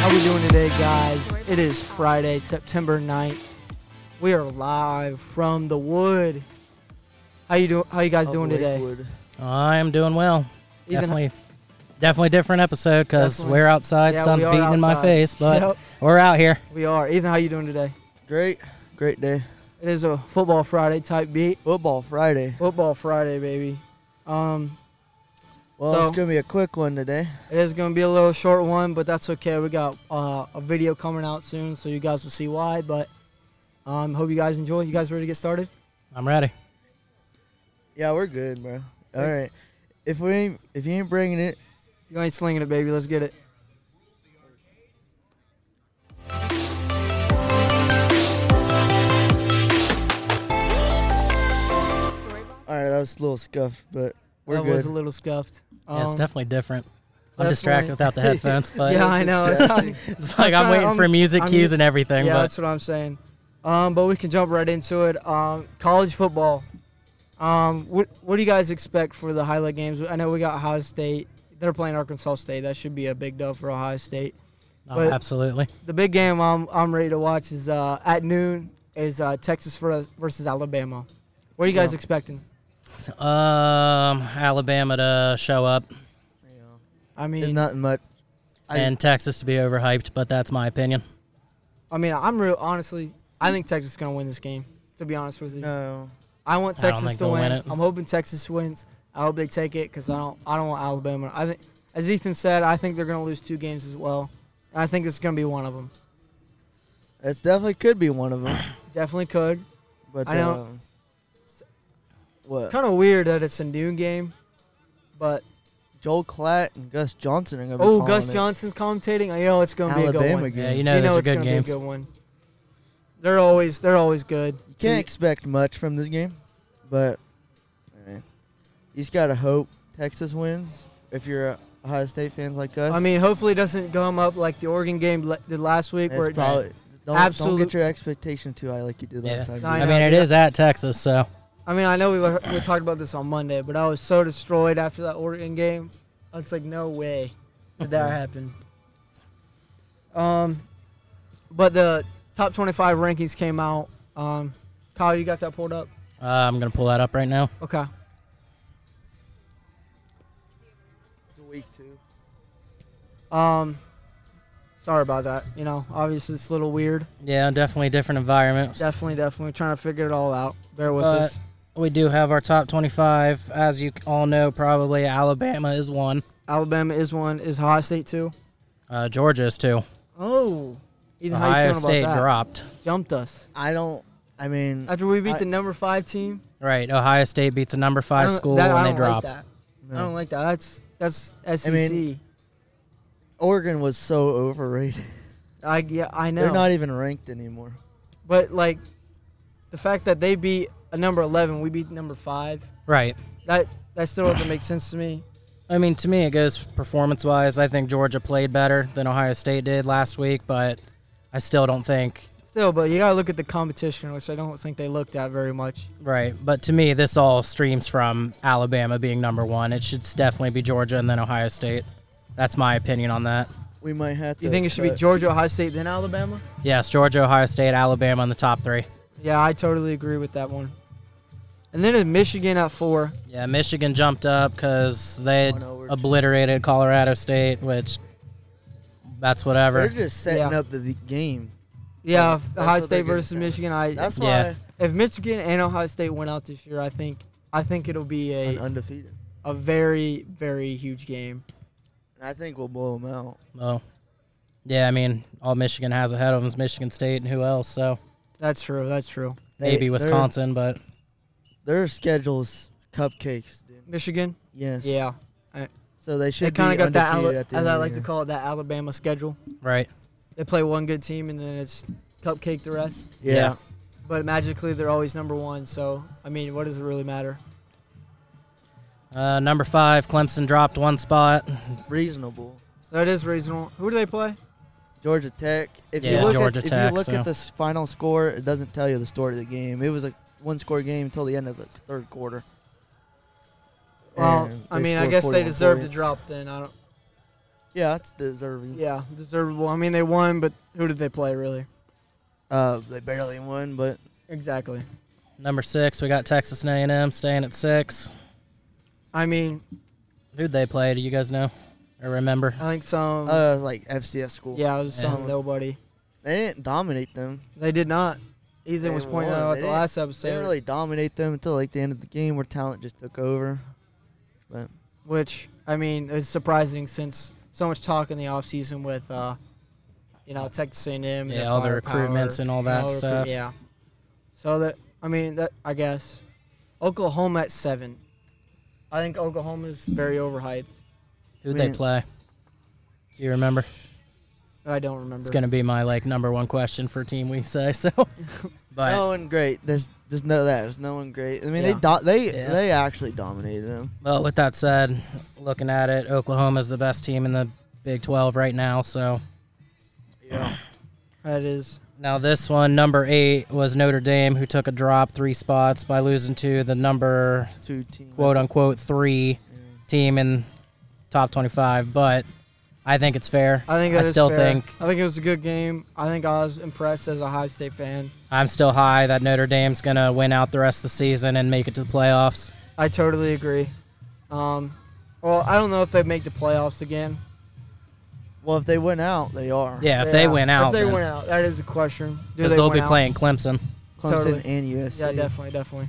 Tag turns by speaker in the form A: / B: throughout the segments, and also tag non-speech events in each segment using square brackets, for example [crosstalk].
A: Friday, guys. It is Friday, September 9th. We are live from the wood. How you doing? How you guys
B: of
A: doing today?
B: Lakewood.
C: I am doing well.
A: Ethan,
C: definitely, definitely different episode because
A: Definitely.
C: we're outside.
A: Yeah,
C: sun's
A: we are
C: beating in my
A: outside.
C: face, but
A: Yep,
C: we're out here.
A: we are. Ethan, how you doing today?
B: Great, great day.
A: It is a football Friday type beat.
B: Football Friday.
A: Football Friday, baby. Um,
B: Well,
A: So-
B: it's gonna be a quick one today.
A: it is gonna be a little short one, but that's okay. We got uh, a video coming out soon, so you guys will see why. But um, hope you guys enjoy. You guys ready to get started?
C: I'm ready.
B: Yeah, we're good, bro. All right. If we ain't, if you ain't bringing it,
A: You ain't slinging it, baby. Let's get it.
B: all right, that was a little scuffed, but we're
A: that
B: good.
A: was a little scuffed.
C: yeah, it's
A: Um,
C: definitely different. I'm
A: definitely- [laughs]
C: distracted without the headphones, but
A: yeah, I [laughs] know. It's not-
C: it's like I'm,
A: trying-
C: waiting
A: I'm-
C: for music
A: I'm-
C: cues and everything.
A: yeah,
C: but
A: that's what I'm saying. Um, but we can jump right into it. Um, college football. Um, what what do you guys expect for the highlight games? I know we got Ohio State. They're playing Arkansas State. That should be a big dub for Ohio State.
C: oh,
A: but-
C: absolutely.
A: The big game I'm I'm ready to watch is uh, at noon is uh, Texas ver- versus Alabama. What are you guys
B: Yeah.
A: expecting?
C: Um, Alabama to show up
B: You know,
A: I
B: there's
A: mean,
B: nothing much. I-
C: and Texas to be overhyped, but that's my opinion.
A: I mean, I'm real honestly. I think Texas is gonna win this game. To be honest with you,
B: No.
A: I want
C: I don't
A: Texas
C: think
A: to
C: they'll
A: win.
C: win it.
A: I'm hoping Texas wins. I hope they take it because I don't. I don't want Alabama. I think, as Ethan said, I think they're going to lose two games as well. And I think it's going to be one of them.
B: That's definitely could be one of them.
A: Definitely could.
B: But
A: I don't-
B: um, what?
A: It's kind of weird that it's a noon game, but
B: Joel Klatt and Gus Johnson are gonna be.
A: oh,
B: calling
A: Gus
B: it.
A: Johnson's commentating. I know it's going to be a good
B: Alabama
A: one.
B: game.
C: Yeah, you know,
A: You know
C: those
A: it's
C: are
A: going
C: good
A: to be a
C: games.
A: good one. They're always they're always good.
B: Can't expect much from this game, but eh, you just gotta hope Texas wins. If you're a Ohio State fans like us,
A: I mean, hopefully it doesn't come up like the Oregon game le- did last week where it's
B: That's probably don't, don't
A: absolute-
B: get your expectation too high like you did last
C: Yeah.
A: I
B: time.
C: I,
A: know,
C: mean, it is
A: yeah.
C: at Texas, so
A: I mean, I know we were, we talked about this on Monday, but I was so destroyed after that Oregon game. I was like, no way did that
C: [laughs]
A: happen. Um, but the top 25 rankings came out. Um, Kyle, you got that pulled up?
C: uh, I'm gonna pull that up right now.
A: Okay.
B: It's a week two.
A: Um, sorry about that. You know, obviously it's a little weird.
C: Yeah, definitely different environment.
A: Definitely, definitely trying to figure it all out. Bear with
C: Uh,
A: us.
C: We do have our top 25. As you all know, probably Alabama is one.
A: Alabama is one. Is Ohio State two?
C: Uh, Georgia is two.
A: Oh, Ethan, how you
C: Ohio
A: feeling
C: State
A: about that?
C: dropped.
A: Jumped us
B: I don't. I mean,
A: after we beat
B: I-
A: the number five team.
C: Right. Ohio State beats a number
A: I
C: five
A: don't-
C: school
A: Uh, that- I
C: and they
A: don't like
C: drop.
A: that.
B: no.
A: I don't like that. That's that's E SEC. I,
B: mean- Oregon was so overrated.
A: yeah, I know.
B: They're not even ranked anymore.
A: but like the fact that they beat a number eleven, we beat number five.
C: Right.
A: That that still doesn't make sense to me.
C: I mean, to me, it goes performance wise. I think Georgia played better than Ohio State did last week, but I still don't think.
A: Still, but you gotta look at the competition, which I don't think they looked at very much.
C: Right. But to me, this all streams from Alabama being number one. It should definitely be Georgia and then Ohio State. That's my opinion on that.
B: We might have to.
A: You think it should be
B: cut-
A: Georgia, Ohio State, then Alabama?
C: Yes, Georgia, Ohio State, Alabama in the top three.
A: Yeah, I totally agree with that one. And then it's Michigan at four.
C: Yeah, Michigan jumped up because they
B: Won over to-
C: obliterated Colorado State, which that's
B: They're
C: whatever.
B: just setting
A: Yeah.
B: up the, the game.
A: Yeah,
B: Yeah,
A: if
B: that's
A: Ohio
B: what they're
A: State
B: gonna
A: versus
B: say.
A: Michigan. I
B: That's
C: Yeah.
A: if Michigan and Ohio State went out this year, I think I think it'll be
B: why
A: a
B: I'm undefeated.
A: a very very huge game.
B: And I think we'll blow them out.
C: Well, yeah, I mean, all Michigan has ahead of them is Michigan State and who else? So
A: That's true. That's true.
B: They-
C: maybe
B: they're-
C: Wisconsin, but
B: Their schedule's cupcakes, dude.
A: Michigan.
B: Yes.
A: Yeah,
B: So they
A: they
B: should
A: kind
B: be
A: of got that Ala-
B: undefeated at
A: as
B: the end
A: I
B: of the
A: like to
B: year.
A: call it that Alabama schedule.
C: right.
A: They play one good team and then it's cupcake the rest.
B: Yeah.
C: Yeah.
A: But magically they're always number one. So I mean, what does it really matter?
C: Uh, number five, Clemson dropped one spot.
B: Reasonable.
A: That is reasonable. Who do they play?
B: Georgia Tech. If
C: Yeah,
B: you look
C: Georgia
B: at, If
C: Tech,
B: you look
C: so.
B: at the s- final score, it doesn't tell you the story of the game. It was a one-score game until the end of the third quarter.
A: Well,
B: And
A: I
B: they
A: mean, I
B: scored
A: guess they
B: 41
A: deserve to
B: points. Mm-hmm.
A: drop. Then I don't.
B: Yeah, it's deserving.
A: Yeah, deservable. I mean, they won, but who did they play really?
B: Uh, they barely won, but
A: Exactly.
C: Number six, we got Texas and A&M staying at six.
A: I mean,
C: Who'd they play? Do you guys know or remember?
A: I think some.
B: uh, like FCS school.
A: Um, yeah, it was
C: Yeah.
A: some nobody.
B: they didn't dominate them.
A: They did not. Ethan
B: They
A: was pointing
B: won.
A: out
B: They
A: at the
B: didn't-
A: last
B: They
A: episode,
B: didn't really dominate them until like the end of the game where talent just took over.
A: which I mean is surprising since so much talk in the offseason with, uh, you know, Texas A&M.
C: Yeah,
A: their
C: all the
A: firepower,
C: recruitments and all
A: you
C: that
A: recruit-
C: stuff.
A: Yeah. So that I mean that I guess Oklahoma at seven. I think Oklahoma's very overhyped.
C: Who'd they
B: Man.
C: play? Do you remember?
A: I don't remember.
C: It's gonna be my like number one question for team we say. [laughs]
A: [laughs]
C: So, but
B: no one great. There's there's no that. There's no one great. I mean,
A: Yeah.
B: they do- they
C: Yeah.
B: they actually dominated them.
C: well, with that said, looking at it, Oklahoma's the best team in the Big 12 right now. So
B: Yeah.
A: that is
C: Now this one, number eight, was Notre Dame, who took a drop three spots by losing to the number
B: Two teams.
C: quote unquote three team in top twenty-five. But I think it's fair.
A: I think that
C: I
A: is
C: still
A: fair.
C: think
A: I think it was a good game. I think I was impressed as a Ohio State fan.
C: I'm still high that Notre Dame's gonna win out the rest of the season and make it to the playoffs.
A: I totally agree. Um, well, I don't know if they make the playoffs again.
B: Well, if they went out, they are.
C: Yeah, if they win out,
A: if they
C: then-
A: win out, that is a question. Do
C: because
A: they
C: they'll
A: win
C: be
A: out?
C: playing Clemson.
B: Clemson
A: Totally.
B: and USC.
A: Yeah, definitely, definitely.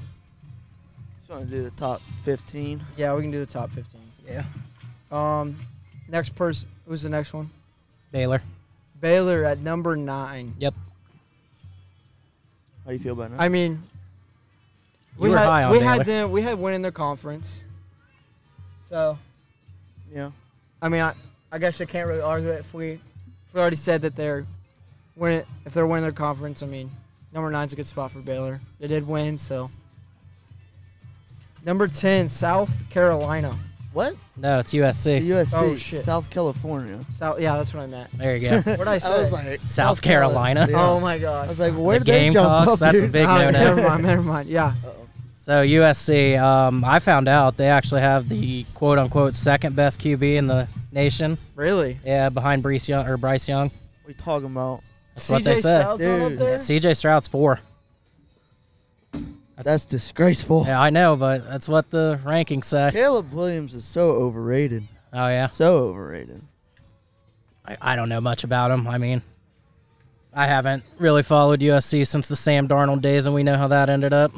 B: Just want to do the top 15.
A: Yeah, we can do the top fifteen.
C: Yeah,
A: Um, next person, who's the next one?
C: Baylor.
A: Baylor at number nine.
C: Yep,
B: How do you feel about that?
A: I mean,
C: you
A: we
C: were
A: had
C: high on
A: we
C: Baylor.
A: had them we had winning their conference. So
B: yeah.
A: I mean, I, I guess I can't really argue it if we if we already said that they're win if they're winning their conference. I mean, number nine's a good spot for Baylor. They did win, so number ten, South Carolina.
B: What?
C: no, it's USC.
B: USC.
A: Oh, shit.
B: South California.
A: South, yeah, that's what I meant.
C: There you
B: [laughs]
C: go.
A: What I say?
B: I was like,
C: South Carolina.
B: Yeah.
A: Oh my
B: I
A: gosh.
B: was like, where
C: The
B: did they jump
C: Gamecocks,
B: up?
C: that's a
B: dude?
C: big
A: Oh,
C: no-no.
A: [laughs] never mind, never mind. Yeah,
B: Uh-oh.
C: So USC, um, I found out they actually have the quote unquote second best QB in the nation.
A: really.
C: Yeah, behind Bryce Young or Bryce Young.
B: We talking about?
C: That's what they said.
A: Stroud's not up
B: Dude.
A: there?
C: Yeah, CJ Stroud's four.
B: That's disgraceful.
C: Yeah, I know, but that's what the rankings say.
B: Caleb Williams is so overrated.
C: Oh yeah,
B: So overrated.
C: I, I don't know much about him. I mean, I haven't really followed USC since the Sam Darnold days, and we know how that
A: [laughs]
C: ended up.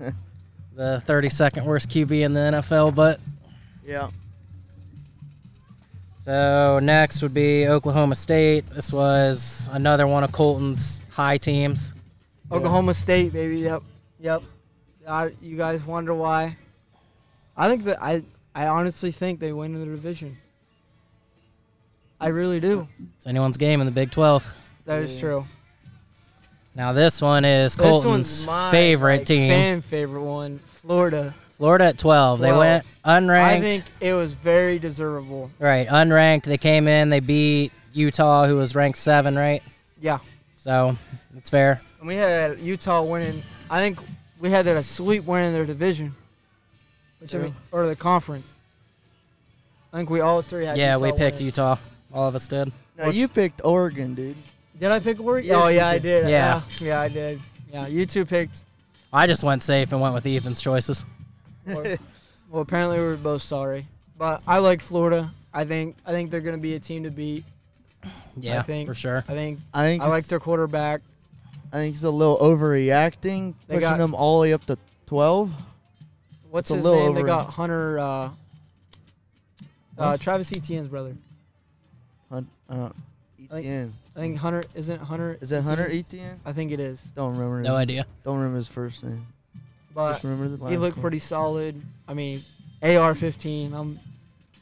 C: the 32nd worst QB in the NFL, but
B: Yeah.
C: So next would be Oklahoma State. This was another one of Colton's high teams.
A: Oklahoma State, baby. Yep, yep. I, you guys wonder why? I think that I, I honestly think they win the division. I really do.
C: It's anyone's game in the Big 12.
A: That is
B: Yeah.
A: true.
C: Now this one is Colton's favorite
A: like,
C: team.
A: fan favorite one, Florida.
C: Florida at 12. They
A: 12.
C: went unranked.
A: I think it was very deservable.
C: right, unranked. They came in. They beat Utah, who was ranked seven, right?
A: Yeah,
C: So it's fair.
A: and we had Utah winning. I think we had a sweep win in their division, which I
B: True.
A: mean, or the conference. I think we all three had.
C: yeah, we
A: Utah
C: picked
A: winning.
C: Utah. All of us did.
B: Now
A: What's-
B: you picked Oregon, dude.
A: Did I pick Oregon?
B: Yes,
A: oh
B: you
A: yeah, I
B: did.
A: did.
C: Yeah.
A: yeah, yeah, I did. Yeah, you two picked.
C: I just went safe and went with Ethan's choices.
A: Or, well, apparently we were both sorry, but I like Florida. I think I think they're going to be a team to beat.
C: Yeah,
A: think-
C: for sure.
A: I think
B: I think
A: I like
B: it's-
A: their quarterback.
B: I think he's a little overreacting,
A: They
B: pushing
A: got-
B: them all the way up to 12.
A: What's
B: It's a
A: his
B: little
A: name? They
B: over-
A: got Hunter, uh, uh, Travis Etienne's brother.
B: Hun- Uh,
A: think-
B: ETN.
A: I think E Hunter isn't Hunter.
B: Is that
A: Etienne?
B: Hunter E- ETN?
A: I think it is.
B: Don't remember.
C: No
B: his-
C: idea.
B: Don't remember his first name.
A: But
B: Just remember the last
A: Uh, he looked
B: name.
A: pretty solid. I mean, AR-15. I'm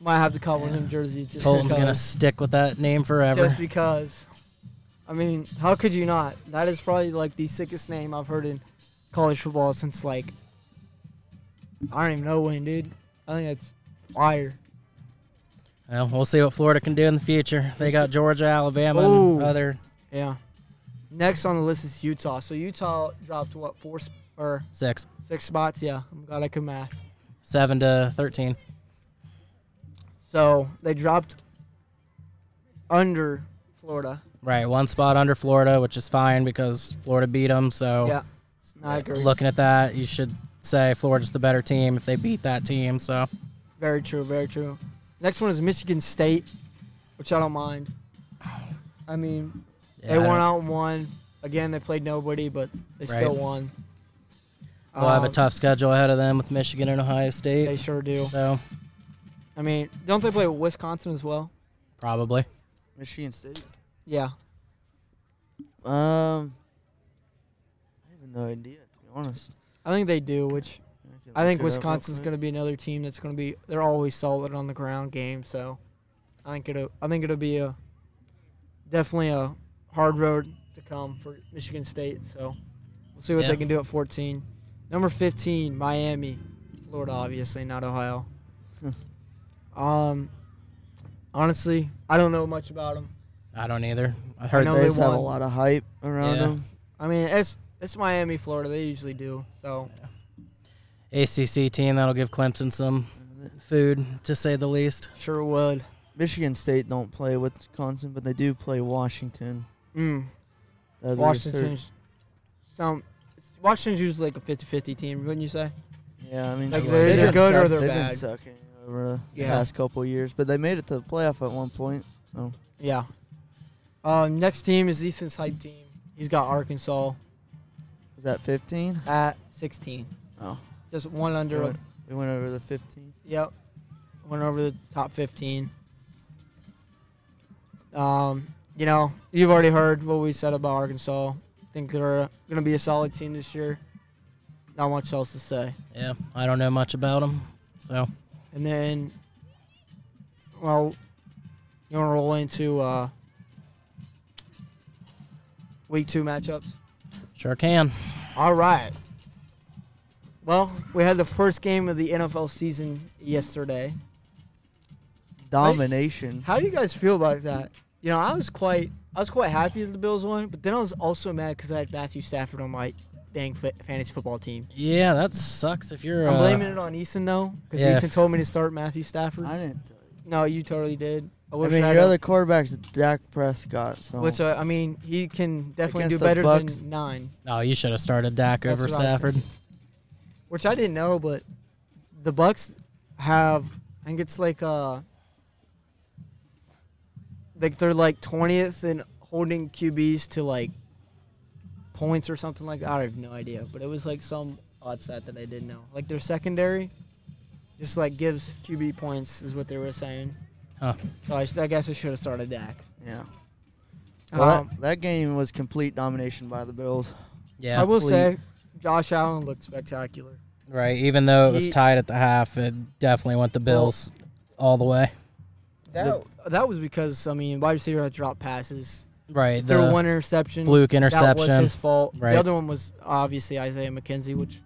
A: might have to cop one of them jerseys just
C: Colton's
A: because. [laughs]
C: gonna stick with that name forever.
A: Just because. I mean, how could you not? That is probably like the sickest name I've heard in college football since like I don't even know when, dude. I think that's fire.
C: Well, we'll see what Florida can do in the future. They got Georgia, Alabama, and
A: Ooh.
C: other
A: Yeah. Next on the list is Utah. So Utah dropped what four sp- or
C: six,
A: six spots? Yeah, I'm glad I could math.
C: seven to thirteen.
A: So they dropped under Florida.
C: Right, one spot under Florida, which is fine because Florida beat them. So
A: Yeah, I agree.
C: looking at that, you should say Florida's the better team if they beat that team. So
A: Very true. Very true. Next one is Michigan State, which I don't mind. I mean,
C: yeah,
A: they won out and won. Again, they played nobody, but they still
C: Right.
A: won.
C: We'll have a
A: Um,
C: tough schedule ahead of them with Michigan and Ohio
A: They
C: State.
A: sure do.
C: So
A: I mean, don't they play Wisconsin as well?
C: probably.
B: Michigan State.
A: Yeah.
B: Um, I have no idea to be honest.
A: I think they do, which
B: can
A: I
B: look
A: think
B: it up real
A: Wisconsin's
B: quick.
A: going to be another team that's going to be. They're always solid on the ground game, so I think it'll. I think it'll be a definitely a hard road to come for Michigan State. So we'll see what
C: Yeah.
A: they can do at 14. Number 15, Miami, Florida, obviously not Ohio. um, honestly, I don't know much about them.
C: I don't either. I
A: I
C: heard.
A: know
B: they
A: they
B: just have a
A: won.
B: lot of hype around
C: Yeah.
B: them.
A: I mean, it's it's Miami, Florida. They usually do. So
C: ACC team that'll give Clemson some food, to say the least.
A: sure would.
B: Michigan State don't play Wisconsin, but they do play Washington.
A: Mm.
B: That'd be the third-
A: Washington's some Washington's usually like a 50-50 team, wouldn't you say?
B: Yeah, I mean,
A: Like,
B: they've
A: they're either
B: been
A: good or
B: suck-
A: they're
B: they've
A: bad.
B: been sucking over the
A: Yeah.
B: past couple of years, but they made it to the playoff at one point. So
A: Yeah. Um, next team is Ethan's hype team. He's got Arkansas
B: was that 15?
A: at 16.
B: Oh,
A: Just one under. him.
B: we went, we went over the 15.
A: Yep. Went over the top 15. Um, you know, you've already heard what we said about Arkansas. Think they're going to be a solid team this year. Not much else to say.
C: Yeah, I don't know much about them. So
A: And then, well, you want to roll into uh, week two matchups?
C: sure can.
A: All right. Well, we had the first game of the NFL season yesterday.
B: Domination.
A: How do you guys feel about that? You know, I was quite, I was quite happy that the Bills won, but then I was also mad because I had Matthew Stafford on my dang fa- fantasy football team.
C: Yeah, that sucks. If you're,
A: I'm
C: uh,
A: blaming it on Ethan though, because
C: yeah.
A: Ethan told me to start Matthew Stafford.
B: I didn't. Tell you.
A: no, you totally did. I,
B: I
A: wish
B: mean,
A: I
B: your
A: had-
B: other quarterback's Dak Prescott. So
A: Which uh, I mean, he can definitely do
B: Oh. Against the
A: better
B: Bucks.
A: than nine,
C: Oh, you should have started Dak
A: That's
C: over
A: what I was
C: Stafford.
A: which I didn't know. But the Bucks have, I think it's like uh, like they're like twentieth in holding QBs to like points or something like that. I have no idea, but it was like some odd stat that I didn't know. Like their secondary, just like gives QB points is what they were saying.
C: Huh.
A: So I, I guess I should have started Dak.
B: yeah.
A: Um,
B: Well, that, that game was complete domination by the Bills.
C: Yeah,
A: I will
B: please.
A: say, Josh Allen looked spectacular.
C: right. Even though it was
A: He-
C: tied at the half, it definitely went the Bills all the way.
A: That, that was because I mean wide receiver had dropped passes.
C: Right,
A: Threw
C: the
A: one interception.
C: fluke
A: That was
C: interception.
A: his fault.
C: Right.
A: The other one was obviously Isaiah McKenzie, which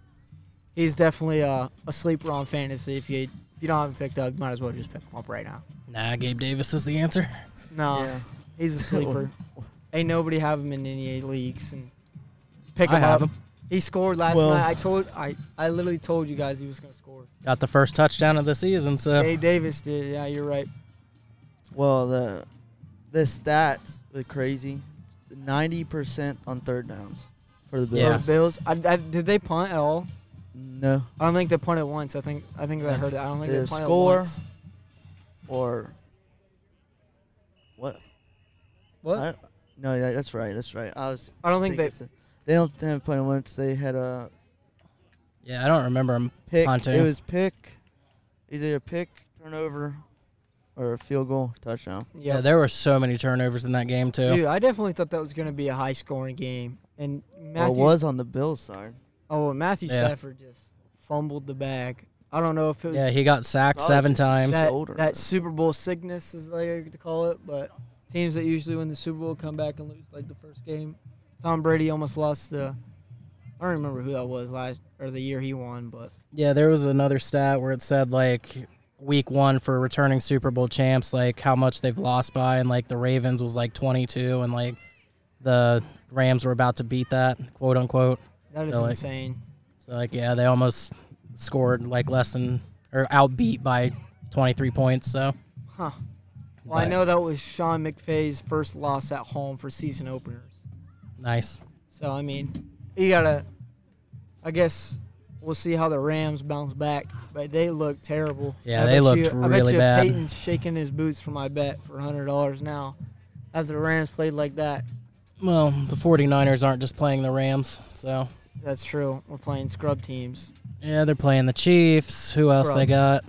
A: he's definitely a, a sleeper on fantasy. If you if you don't have him picked up, you might as well just pick him up right now.
C: Nah, Gabe Davis is the answer.
A: No,
B: Yeah.
A: he's
C: [laughs]
A: a Ah, sleeper. Ain't nobody have him in any leagues and pick him
C: I have
A: up.
C: him.
A: He scored last
B: Well-
A: night. I told I I literally told you guys he was gonna score.
C: Got the first touchdown of the season, so
A: Dave Davis did. Yeah, you're right.
B: [laughs] Well, the the stats were crazy. Ninety percent on third downs for the
C: Yeah.
B: Bills.
A: Bills. I, I, did they punt at all?
B: No,
A: I don't think they punted once. I think I think I heard that. I don't think they
B: The
A: punted
B: score.
A: once.
B: or what?
A: What?
B: I- no, that, that's right. That's right. I was.
A: I don't think they.
B: thinking- They don't have playing once. They had a
C: yeah, I don't remember him.
B: pick.
C: Punting.
B: It was pick. Either a pick turnover or a field goal touchdown.
C: Yeah,
A: Yeah,
C: there were so many turnovers in that game too.
A: dude. I definitely thought that was going to be a high scoring game, and
B: Well,
A: Matthew.
B: it was on the Bills side.
A: Oh, and Matthew
C: Yeah.
A: Stafford just fumbled the bag. I don't know if it was
C: Yeah, he got sacked
B: Probably
C: seven
B: just a
C: times.
B: sack.
A: that,
B: older, man.
A: that Super Bowl sickness, as they like to call it, but teams that usually win the Super Bowl come back and lose like the first game. Tom Brady almost lost the. I don't remember who that was last or the year he won, but
C: Yeah, there was another stat where it said like week one for returning Super Bowl champs, like how much they've lost by, and like the Ravens was like 22, and like the Rams were about to beat that, quote unquote.
A: that is
C: So, like-
A: insane.
C: So like, yeah, they almost scored like less than or outbeat by 23 points. So
A: Huh. Well, I
C: But-
A: know that was Sean McVay's first loss at home for season openers.
C: Nice.
A: So I mean, you gotta. I guess we'll see how the Rams bounce back, but they look terrible.
C: Yeah,
A: I
C: they
A: bet
C: looked
A: you, I bet
C: really
A: you
C: bad.
A: Peyton's shaking his boots for my bet for hundred dollars now, after the Rams played like that.
C: Well, the 49ers aren't just playing the Rams, so
A: That's true. We're playing scrub teams.
C: yeah, they're playing the Chiefs. Who else they got?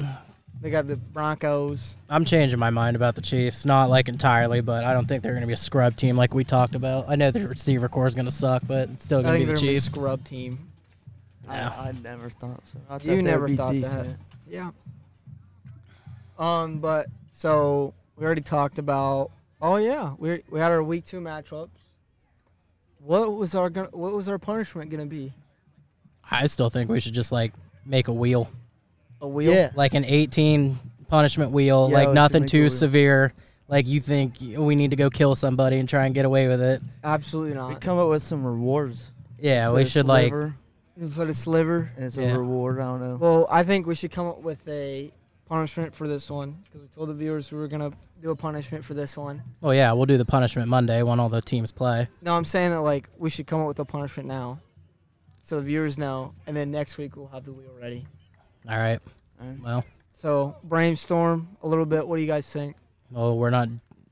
A: They got the Broncos.
C: I'm changing my mind about the Chiefs. Not like entirely, but I don't think they're going to be a scrub team like we talked about. I know their receiver core is going to suck, but it's still
A: I
C: going to
A: think
C: be
A: they're
C: the
A: gonna be a
C: Chiefs.
A: scrub team.
C: Yeah.
B: I, I never thought so. I thought
A: You
B: they
A: never
B: would be
A: thought that.
B: decent.
A: Yeah. Um, but so we already talked about. Oh yeah, we we had our week two matchups. What was our gonna, what was our punishment gonna be?
C: I still think we should just like make a wheel,
A: A wheel.
B: Yeah.
C: like an 18 punishment wheel,
B: Yeah,
C: like
B: we should
C: nothing
B: make a
C: too
B: wheel.
C: severe. Like you think we need to go kill somebody and try and get away with it.
A: Absolutely not.
B: We come up with some rewards.
C: Yeah,
B: Put
C: we
B: a
C: should like
B: sliver,
A: You put a sliver.
B: And it's
C: Yeah.
B: a reward. I don't know.
A: Well, I think we should come up with a punishment for this one because we told the viewers we were gonna do a punishment for this one.
C: Oh yeah, we'll do the punishment Monday when all the teams play.
A: No, I'm saying that like we should come up with a punishment now, so the viewers know, and then next week we'll have the wheel ready.
C: All right.
B: Alright.
C: Well,
A: So brainstorm a little bit. What do you guys think?
C: well, we're not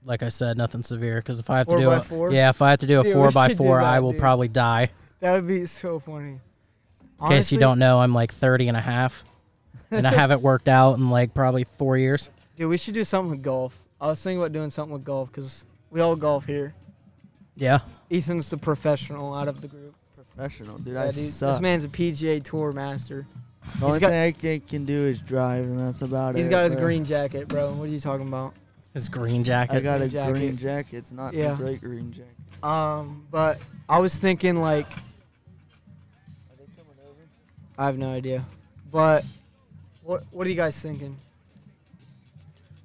C: like I said, nothing severe. Because if I have
A: Four
C: to do
A: by
C: a
A: four?
C: yeah, if I have to do a
A: Dude, we
C: four by
A: should do
C: four, I
A: that,
C: will
A: dude.
C: probably die. In
A: That would be so funny.
C: case you don't know, I'm like 30 and a half, and I haven't worked out in like probably four years.
A: dude, we should do something with golf. I was thinking about doing something with golf because we all golf here.
C: Yeah.
A: Ethan's the professional out of the group.
B: Professional, dude.
A: Yeah,
B: I
A: dude,
B: suck.
A: This man's a PGA Tour master.
B: the only
A: got-
B: thing I can, can do is drive, and that's about it.
A: He's got his
B: bro.
A: green jacket, bro. What are you talking about?
C: His green
B: I
C: jacket.
B: got a
A: green jacket.
B: green jacket. It's not
A: Yeah.
B: a great green jacket.
A: Um, but I was thinking like
B: Are they coming over?
A: I have no idea. But what what are you guys thinking?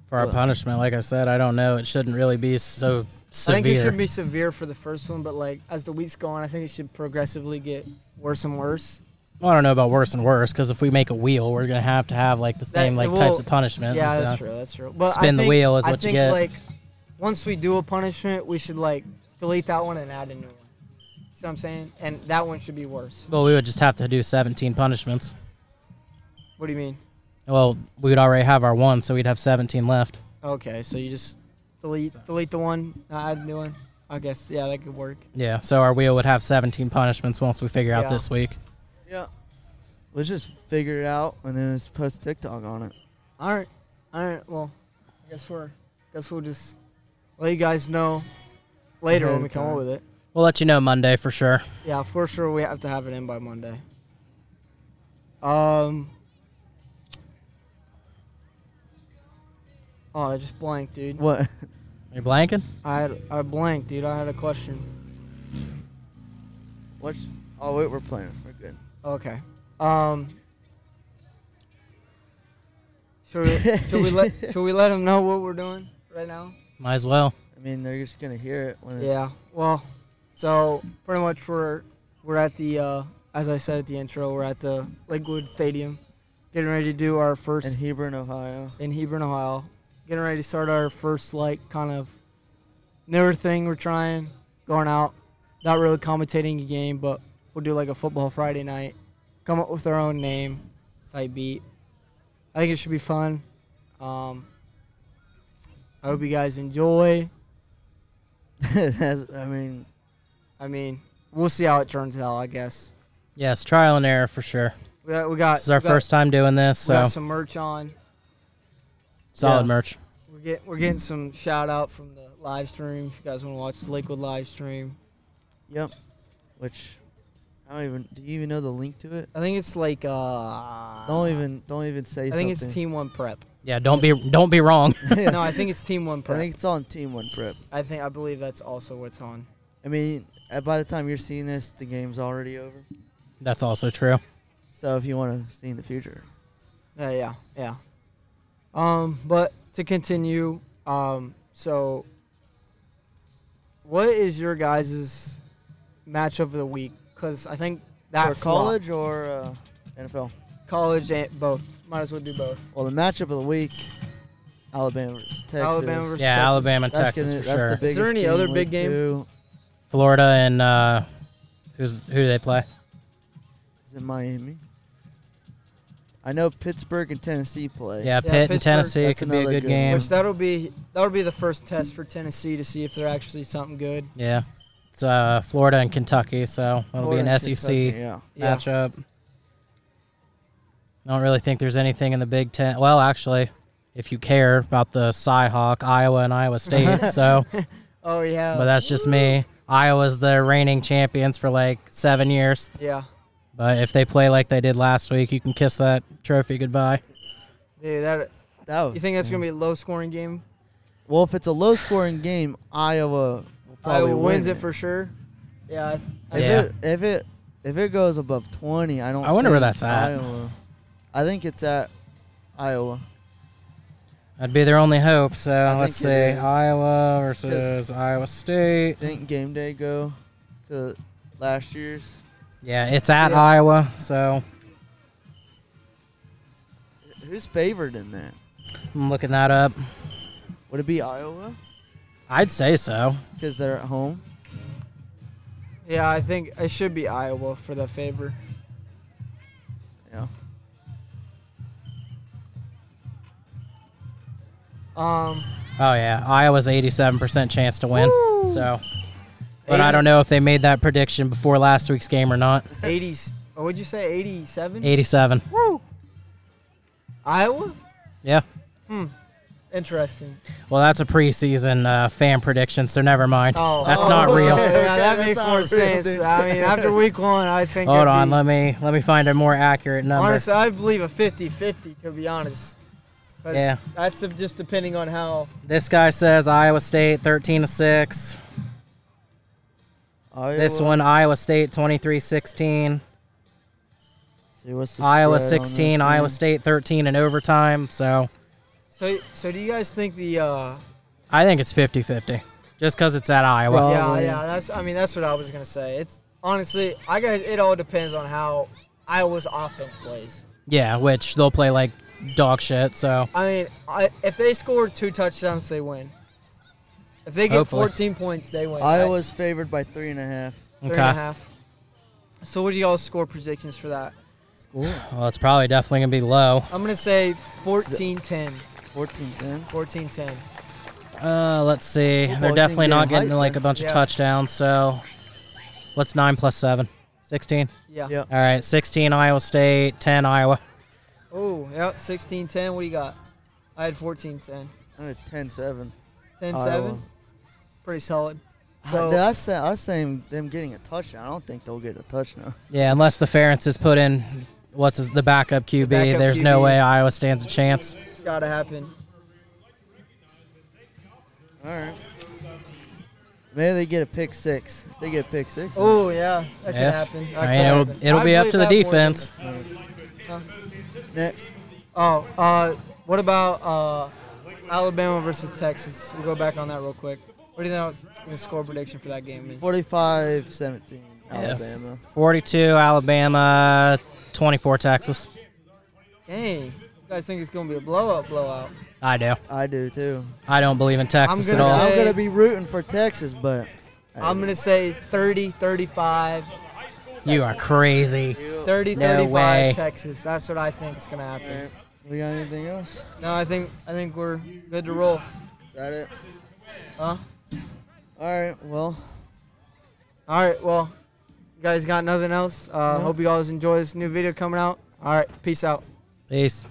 C: For our
B: Well.
C: punishment, like I said, I don't know. It shouldn't really be so
A: I think it
C: severe.
A: should be severe for the first one, but like as the weeks go on, I think it should progressively get worse and worse.
C: Well, I don't know about worse and worse because if we make a wheel, we're gonna have to have like the same like types
A: well,
C: of punishment.
A: Yeah,
C: and
A: that's
C: stuff.
A: true. That's true. But
C: Spin
A: I
C: the
A: think,
C: wheel is
A: I
C: what you
A: think,
C: get.
A: Like once we do a punishment, we should like delete that one and add a new one. See what I'm saying? And that one should be worse.
C: Well, we would just have to do 17 punishments.
A: What do you mean?
C: Well, we would already have our one, so we'd have 17 left.
A: Okay, so you just delete delete the one, not add a new one. I guess yeah, that could work.
C: Yeah, so our wheel would have 17 punishments once we figure out
A: Yeah.
C: this week.
B: Yeah. Let's just figure it out, and then let's post TikTok on it. [laughs]
A: All right, all right. Well, I guess we're guess we'll just let you guys know later
B: Ahead
A: when we
B: of
A: come up
B: time.
A: with it.
C: We'll let you know Monday for sure.
A: Yeah, for sure we have to have it in by Monday. Um. Oh, I just blanked, dude.
B: What?
C: Are you blanking?
A: I had, I blanked, dude. I had a question.
B: What? Oh wait, we're playing. We're good.
A: Okay. Um. Should we, should we let should we let them know what we're doing right now?
C: Might as well.
B: I mean, they're just gonna hear it when. It,
A: Yeah. Well, so pretty much we're we're at the uh, as I said at the intro, we're at the Lakewood Stadium, getting ready to do our first
B: in Hebron, Ohio. [laughs]
A: in Hebron, Ohio. Getting ready to start our first like kind of newer thing we're trying, going out, not really commentating a game, but we'll do like a football Friday night. Come up with our own name, type beat. I think it should be fun. Um, I hope you guys enjoy.
B: That's, I mean,
A: I mean, we'll see how it turns out. I guess
C: Yes, trial and error for sure.
A: we got, we got
C: This is our
A: we got-
C: first time doing this,
A: we
C: so
A: got some merch on.
C: solid
A: yeah.
C: merch.
A: We're getting we're getting some shout out from the live stream. If you guys want to watch the Lakewood live stream,
B: yep. Which I don't even. Do you even know the link to it?
A: I think it's like uh
B: Don't even. Don't even say.
A: I think it's
B: something.
A: Team One
B: [laughs]
A: Prep.
C: Yeah, don't be don't be wrong. [laughs]
A: no, I think it's Team One Prep.
B: I think it's on Team One Prep.
A: I think I believe that's also what's on.
B: I mean, uh, by the time you're seeing this, the game's already over.
C: That's also true.
B: So if you want to see in the future,
A: Yeah, yeah, yeah. Um, but to continue, um, so what is your guys' match of the week? Because I think that
B: or college or uh, NFL.
A: flopped. college, and both. Might as well do both.
B: Well, the matchup of the week Alabama versus Texas.
A: Alabama versus
C: Yeah,
A: Texas.
C: Alabama,
B: That's
C: Texas
B: gonna-
C: for
B: that's
C: sure.
B: the biggest
A: Is there any
B: game
A: other
B: in
A: big
B: week
A: game?
B: two.
C: Florida and uh, who's who do they play?
B: Is it Miami? I know Pittsburgh and Tennessee play.
C: Yeah, Pitt
A: Pittsburgh.
C: and Tennessee it
B: That's
C: could be a
B: another
C: good
B: good
C: game.
B: one.
A: Which that'll be that'll be the first test for Tennessee to see if they're actually something good.
C: Yeah, it's uh, Florida and Kentucky, so that'll
B: Florida
C: be an E
B: and
C: SEC
B: Kentucky, yeah.
A: Yeah.
C: matchup. I don't really think there's anything in the Big Ten. Well, actually, if you care about the Cyhawk, Iowa and Iowa State, so
A: Oh yeah.
C: but that's just me. Iowa's the reigning champions for like seven years.
A: yeah.
C: But if they play like they did last week, you can kiss that trophy goodbye.
A: Dude, that
B: That was,
A: you think that's gonna be a low scoring game?
B: Well, if it's a low scoring game, Iowa will probably
A: Iowa wins
B: win
A: it for sure. Yeah. I th-
B: If
C: Yeah.
B: it if it if it goes above twenty, I don't.
C: I wonder where
B: think
C: that's at.
B: Iowa. I think it's at Iowa.
C: That'd be their only hope. So
B: I
C: let's see,
B: think it is.
C: Iowa versus Iowa State.
B: Didn't game day go to last year's?
C: Yeah, it's at
A: Yeah.
C: Iowa. So
B: Who's favored in that?
C: I'm looking that up.
B: Would it be Iowa?
C: I'd say so.
B: Because they're at home.
A: Yeah, I think it should be Iowa for the favor.
B: Yeah.
A: Um,
C: Oh yeah, Iowa's 87% chance to win.
A: Woo!
C: So, but I don't know if they made that prediction before last week's game or not.
A: 80s. What would you say? 87?
C: 87.
A: Woo! Iowa?
C: Yeah.
A: Interesting.
C: Well, that's a preseason uh, fan prediction, so never mind.
A: Oh,
C: that's not real.
A: Yeah, that
B: That's
A: makes
B: not
A: more
B: real,
A: sense.
B: dude.
A: I mean, after week one, I
B: Oh.
A: think.
C: Hold
A: it'd
C: on,
A: be-
C: let me let me find a more accurate number.
A: Honestly, I believe a 50-50 to be honest. 'Cause
C: Yeah.
A: That's just depending on how.
C: This guy says Iowa State 13 to 6.
B: Iowa.
C: This one Iowa State 23-16.
B: See, what's the
C: Iowa
B: spread on
C: 16,
B: this
C: Iowa
B: one?
C: State 13 in overtime. So,
A: So, so do you guys think the? Uh,
C: I think it's 50-50 just cuz it's at Iowa.
A: yeah,
B: Probably.
A: yeah. That's. I mean, that's what I was gonna say. It's honestly, I guess it all depends on how Iowa's offense plays.
C: Yeah, which they'll play like dog shit, so
A: I mean, I, if they score two touchdowns, they win. If they get
C: Hopefully.
A: 14 points, they win. right?
B: Iowa's favored by three and a half.
A: Three and a half. So what do y'all score predictions for that?
B: School.
C: Well, it's probably definitely going to be low.
A: I'm gonna say 14-10.
B: 14-10.
A: 14-10.
C: Uh, let's see.
B: Football
C: They're
B: team
C: definitely not
B: getting
C: getting
B: hyped,
C: like a
B: man.
C: bunch of
A: Yeah.
C: touchdowns, so what's 9 plus 7? 16.
A: Yeah.
B: Yeah.
C: All right, 16 Iowa State, 10 Iowa.
A: Oh, yep. 16-10. What do you got? I had 14-10.
B: I had 10-7.
A: 10-7.
B: Iowa.
A: Pretty solid.
B: So,
A: So-
B: I, I say I say them getting a touchdown. I don't think they'll get a touchdown.
C: Yeah, unless the Ference is put in what's his, the backup QB,
A: backup
C: there's no
A: QB.
C: way Iowa stands a chance.
A: It's gotta happen.
B: All right. Maybe they get a pick six. If they get a pick six.
A: Oh yeah, that
C: Yeah.
A: could happen. That
C: I
A: could
C: mean, it'll,
A: happen.
C: it'll
A: I
C: be
A: believe
C: up to the
A: that more than-
C: defense.
B: Next.
A: Oh, uh, what about uh, Alabama versus Texas? We'll go back on that real quick. What do you think the score prediction for that game is?
B: 45-17 Alabama.
C: 42 Alabama, 24 Texas.
A: Dang, you guys think it's gonna be a blowout? Blowout?
C: I do.
B: I do too.
C: I don't believe in Texas at
A: gonna
C: all.
A: say-
B: I'm gonna be rooting for Texas, but
A: I'm gonna say 30, 35,
C: You are crazy.
A: 30,
C: No
A: 35
C: way.
A: Texas. That's what I think is gonna happen.
B: we got anything else? Is
A: No, I think I think we're good to roll.
B: that it?
A: Huh?
B: All right. Well,
A: All right, well, you guys got nothing else? Uh, Hope you guys enjoy this new video coming out. All right, peace out.
C: Peace.